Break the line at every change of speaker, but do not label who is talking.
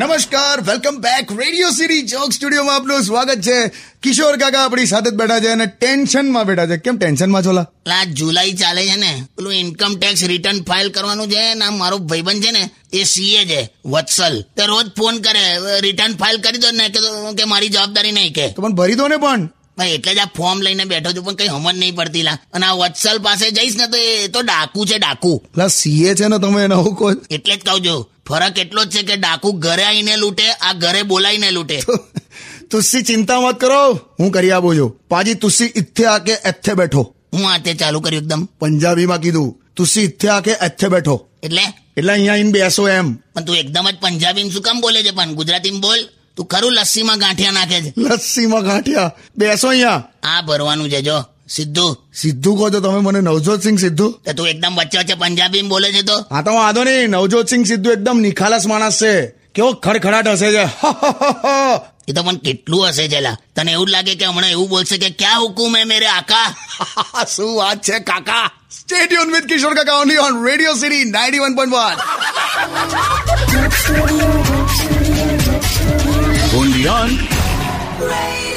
નમસ્કાર welcome back Radio City joke સ્ટુડિયોમાં આપનું સ્વાગત છે કિશોર કાકા આપણી સાથે જ બેઠા છે અને ટેન્શનમાં બેઠા છે કેમ ટેન્શનમાં છો લા?
પેલા આ જુલાઈ ચાલે છે ને પેલું ઇન્કમ ટેક્સ રિટર્ન ફાઇલ કરવાનું છે ને આ મારો ભાઈબંધ છે ને એ સીએ છે વત્સલ તે રોજ ફોન કરે રિટર્ન ફાઇલ કરી દો ને કે તો- કે મારી જવાબદારી નહીં કે
તો પણ ભરી દો ને પણ
ભાઈ એટલે જ આ ફોર્મ લઈને બેઠો છું પણ કઈ હમણ નહીં પડતી લા અને આ વત્સલ પાસે જઈશ ને તો એ તો ડાકુ છે ડાકુ
લા સીએ છે ને તમે એને આવું કહો છો?
એટલે જ કહું છું ફરક એટલો જ છે કે ડાકુ ઘરે આવીને લૂંટે આ ઘરે બોલાવીને લૂંટે
તુસી ચિંતા મત કરો હું કરી આપું છું પાજી તુસી ઇથે આકે એથે બેઠો
હું આ તે ચાલુ કર્યું એકદમ
પંજાબીમાં કીધું તુસી ઇથે આકે એથે બેઠો
એટલે
એટલે અહીંયા આઈને બેસો એમ
પણ તું એકદમ જ પંજાબી શું કામ બોલે છે પણ ગુજરાતીમાં બોલ તું ખરું લસ્સીમાં ગાંઠિયા નાખે છે
લસ્સીમાં ગાંઠિયા બેસો અહીંયા
આ ભરવાનું છે જો સીધું
સિદ્ધુ કહો છો તમે મને નવજોત સિંહ સિદ્ધુ
તો તું એકદમ વચ્ચે વચ્ચે પંજાબીમાં બોલે છે તો
હા તો વાંધો નહીં નવજોત સિંહ સિદ્ધુ એકદમ નિખાલસ માણસ છે કેવો ખડખડાટ હશે છે
એ તો પણ કેટલું હશે જેલા તને એવું જ લાગે કે હમણાં એવું બોલશે કે ક્યાં હુકુમ હે મેરે આકા
શું વાત છે કાકા stadium with Kishore Kaka only on Radio City ninety one point one
Only on
Radio